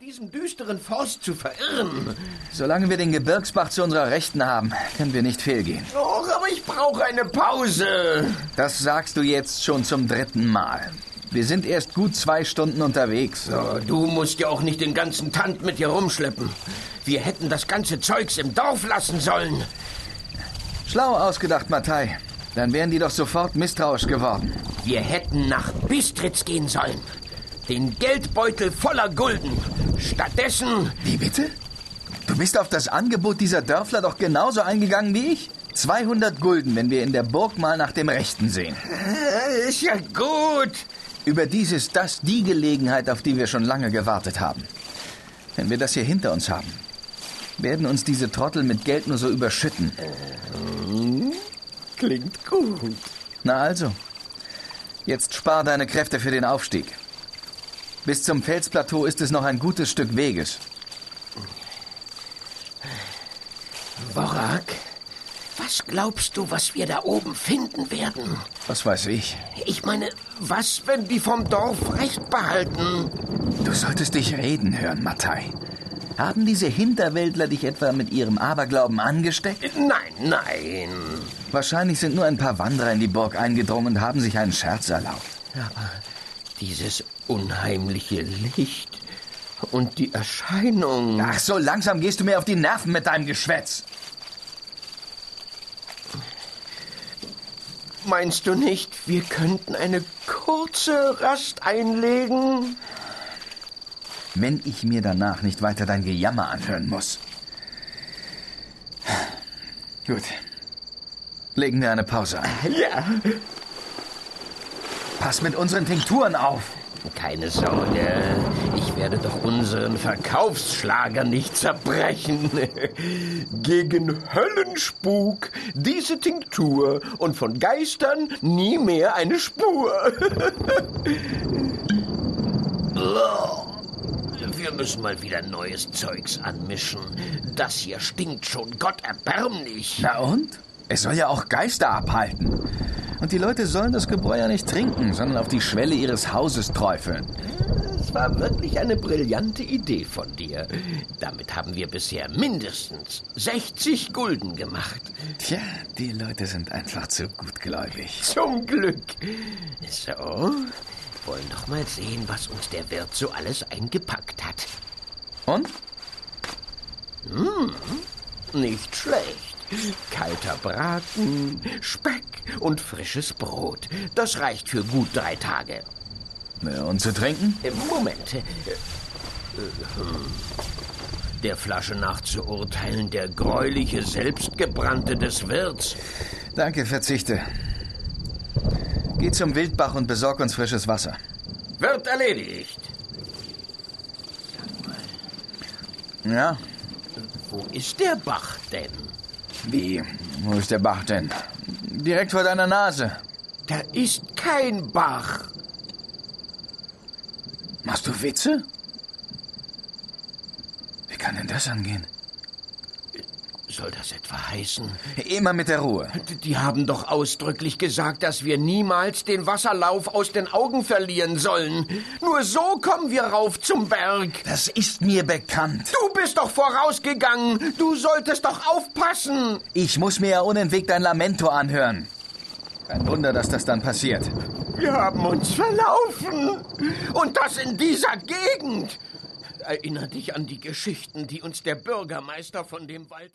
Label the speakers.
Speaker 1: diesem düsteren Forst zu verirren.
Speaker 2: Solange wir den Gebirgsbach zu unserer Rechten haben, können wir nicht fehlgehen.
Speaker 1: Oh, aber ich brauche eine Pause.
Speaker 2: Das sagst du jetzt schon zum dritten Mal. Wir sind erst gut zwei Stunden unterwegs.
Speaker 1: Oh, du musst ja auch nicht den ganzen Tant mit dir rumschleppen. Wir hätten das ganze Zeugs im Dorf lassen sollen.
Speaker 2: Schlau ausgedacht, Mattei. Dann wären die doch sofort misstrauisch geworden.
Speaker 1: Wir hätten nach Bistritz gehen sollen. Den Geldbeutel voller Gulden. Stattdessen.
Speaker 2: Wie bitte? Du bist auf das Angebot dieser Dörfler doch genauso eingegangen wie ich? 200 Gulden, wenn wir in der Burg mal nach dem Rechten sehen.
Speaker 1: Äh, Ist ja gut.
Speaker 2: Überdies ist das die Gelegenheit, auf die wir schon lange gewartet haben. Wenn wir das hier hinter uns haben, werden uns diese Trottel mit Geld nur so überschütten.
Speaker 1: Klingt gut.
Speaker 2: Na also, jetzt spar deine Kräfte für den Aufstieg. Bis zum Felsplateau ist es noch ein gutes Stück Weges.
Speaker 1: Borak, was glaubst du, was wir da oben finden werden?
Speaker 2: Was weiß ich.
Speaker 1: Ich meine, was, wenn die vom Dorf recht behalten?
Speaker 2: Du solltest dich reden hören, Mattei. Haben diese Hinterwäldler dich etwa mit ihrem Aberglauben angesteckt?
Speaker 1: Nein, nein.
Speaker 2: Wahrscheinlich sind nur ein paar Wanderer in die Burg eingedrungen und haben sich einen Scherz erlaubt.
Speaker 1: Aber dieses unheimliche Licht und die Erscheinung.
Speaker 2: Ach, so langsam gehst du mir auf die Nerven mit deinem Geschwätz.
Speaker 1: Meinst du nicht, wir könnten eine kurze Rast einlegen?
Speaker 2: Wenn ich mir danach nicht weiter dein Gejammer anhören muss. Gut. Legen wir eine Pause ein.
Speaker 1: Ja.
Speaker 2: Pass mit unseren Tinkturen auf.
Speaker 1: Keine Sorge, ich werde doch unseren Verkaufsschlager nicht zerbrechen. Gegen Höllenspuk diese Tinktur und von Geistern nie mehr eine Spur. Wir müssen mal wieder neues Zeugs anmischen. Das hier stinkt schon gotterbarmlich.
Speaker 2: Na und? Es soll ja auch Geister abhalten. Und die Leute sollen das Gebräu ja nicht trinken, sondern auf die Schwelle ihres Hauses träufeln.
Speaker 1: Es war wirklich eine brillante Idee von dir. Damit haben wir bisher mindestens 60 Gulden gemacht.
Speaker 2: Tja, die Leute sind einfach zu gutgläubig.
Speaker 1: Zum Glück. So, wollen doch mal sehen, was uns der Wirt so alles eingepackt hat.
Speaker 2: Und?
Speaker 1: Nicht schlecht. Kalter Braten, Speck und frisches Brot. Das reicht für gut drei Tage.
Speaker 2: Äh, Und zu trinken?
Speaker 1: Äh, Moment. Äh, äh, hm. Der Flasche nach zu urteilen, der gräuliche Selbstgebrannte des Wirts.
Speaker 2: Danke, verzichte. Geh zum Wildbach und besorg uns frisches Wasser.
Speaker 1: Wird erledigt.
Speaker 2: Ja?
Speaker 1: Wo ist der Bach denn?
Speaker 2: Wie? Wo ist der Bach denn? Direkt vor deiner Nase.
Speaker 1: Da ist kein Bach.
Speaker 2: Machst du Witze? Wie kann denn das angehen?
Speaker 1: Soll das etwa heißen?
Speaker 2: Immer mit der Ruhe.
Speaker 1: Die haben doch ausdrücklich gesagt, dass wir niemals den Wasserlauf aus den Augen verlieren sollen. Nur so kommen wir rauf zum Berg.
Speaker 2: Das ist mir bekannt.
Speaker 1: Du bist doch vorausgegangen. Du solltest doch aufpassen.
Speaker 2: Ich muss mir ja unentwegt ein Lamento anhören. Kein Wunder, dass das dann passiert.
Speaker 1: Wir haben uns verlaufen. Und das in dieser Gegend. Erinner dich an die Geschichten, die uns der Bürgermeister von dem Wald.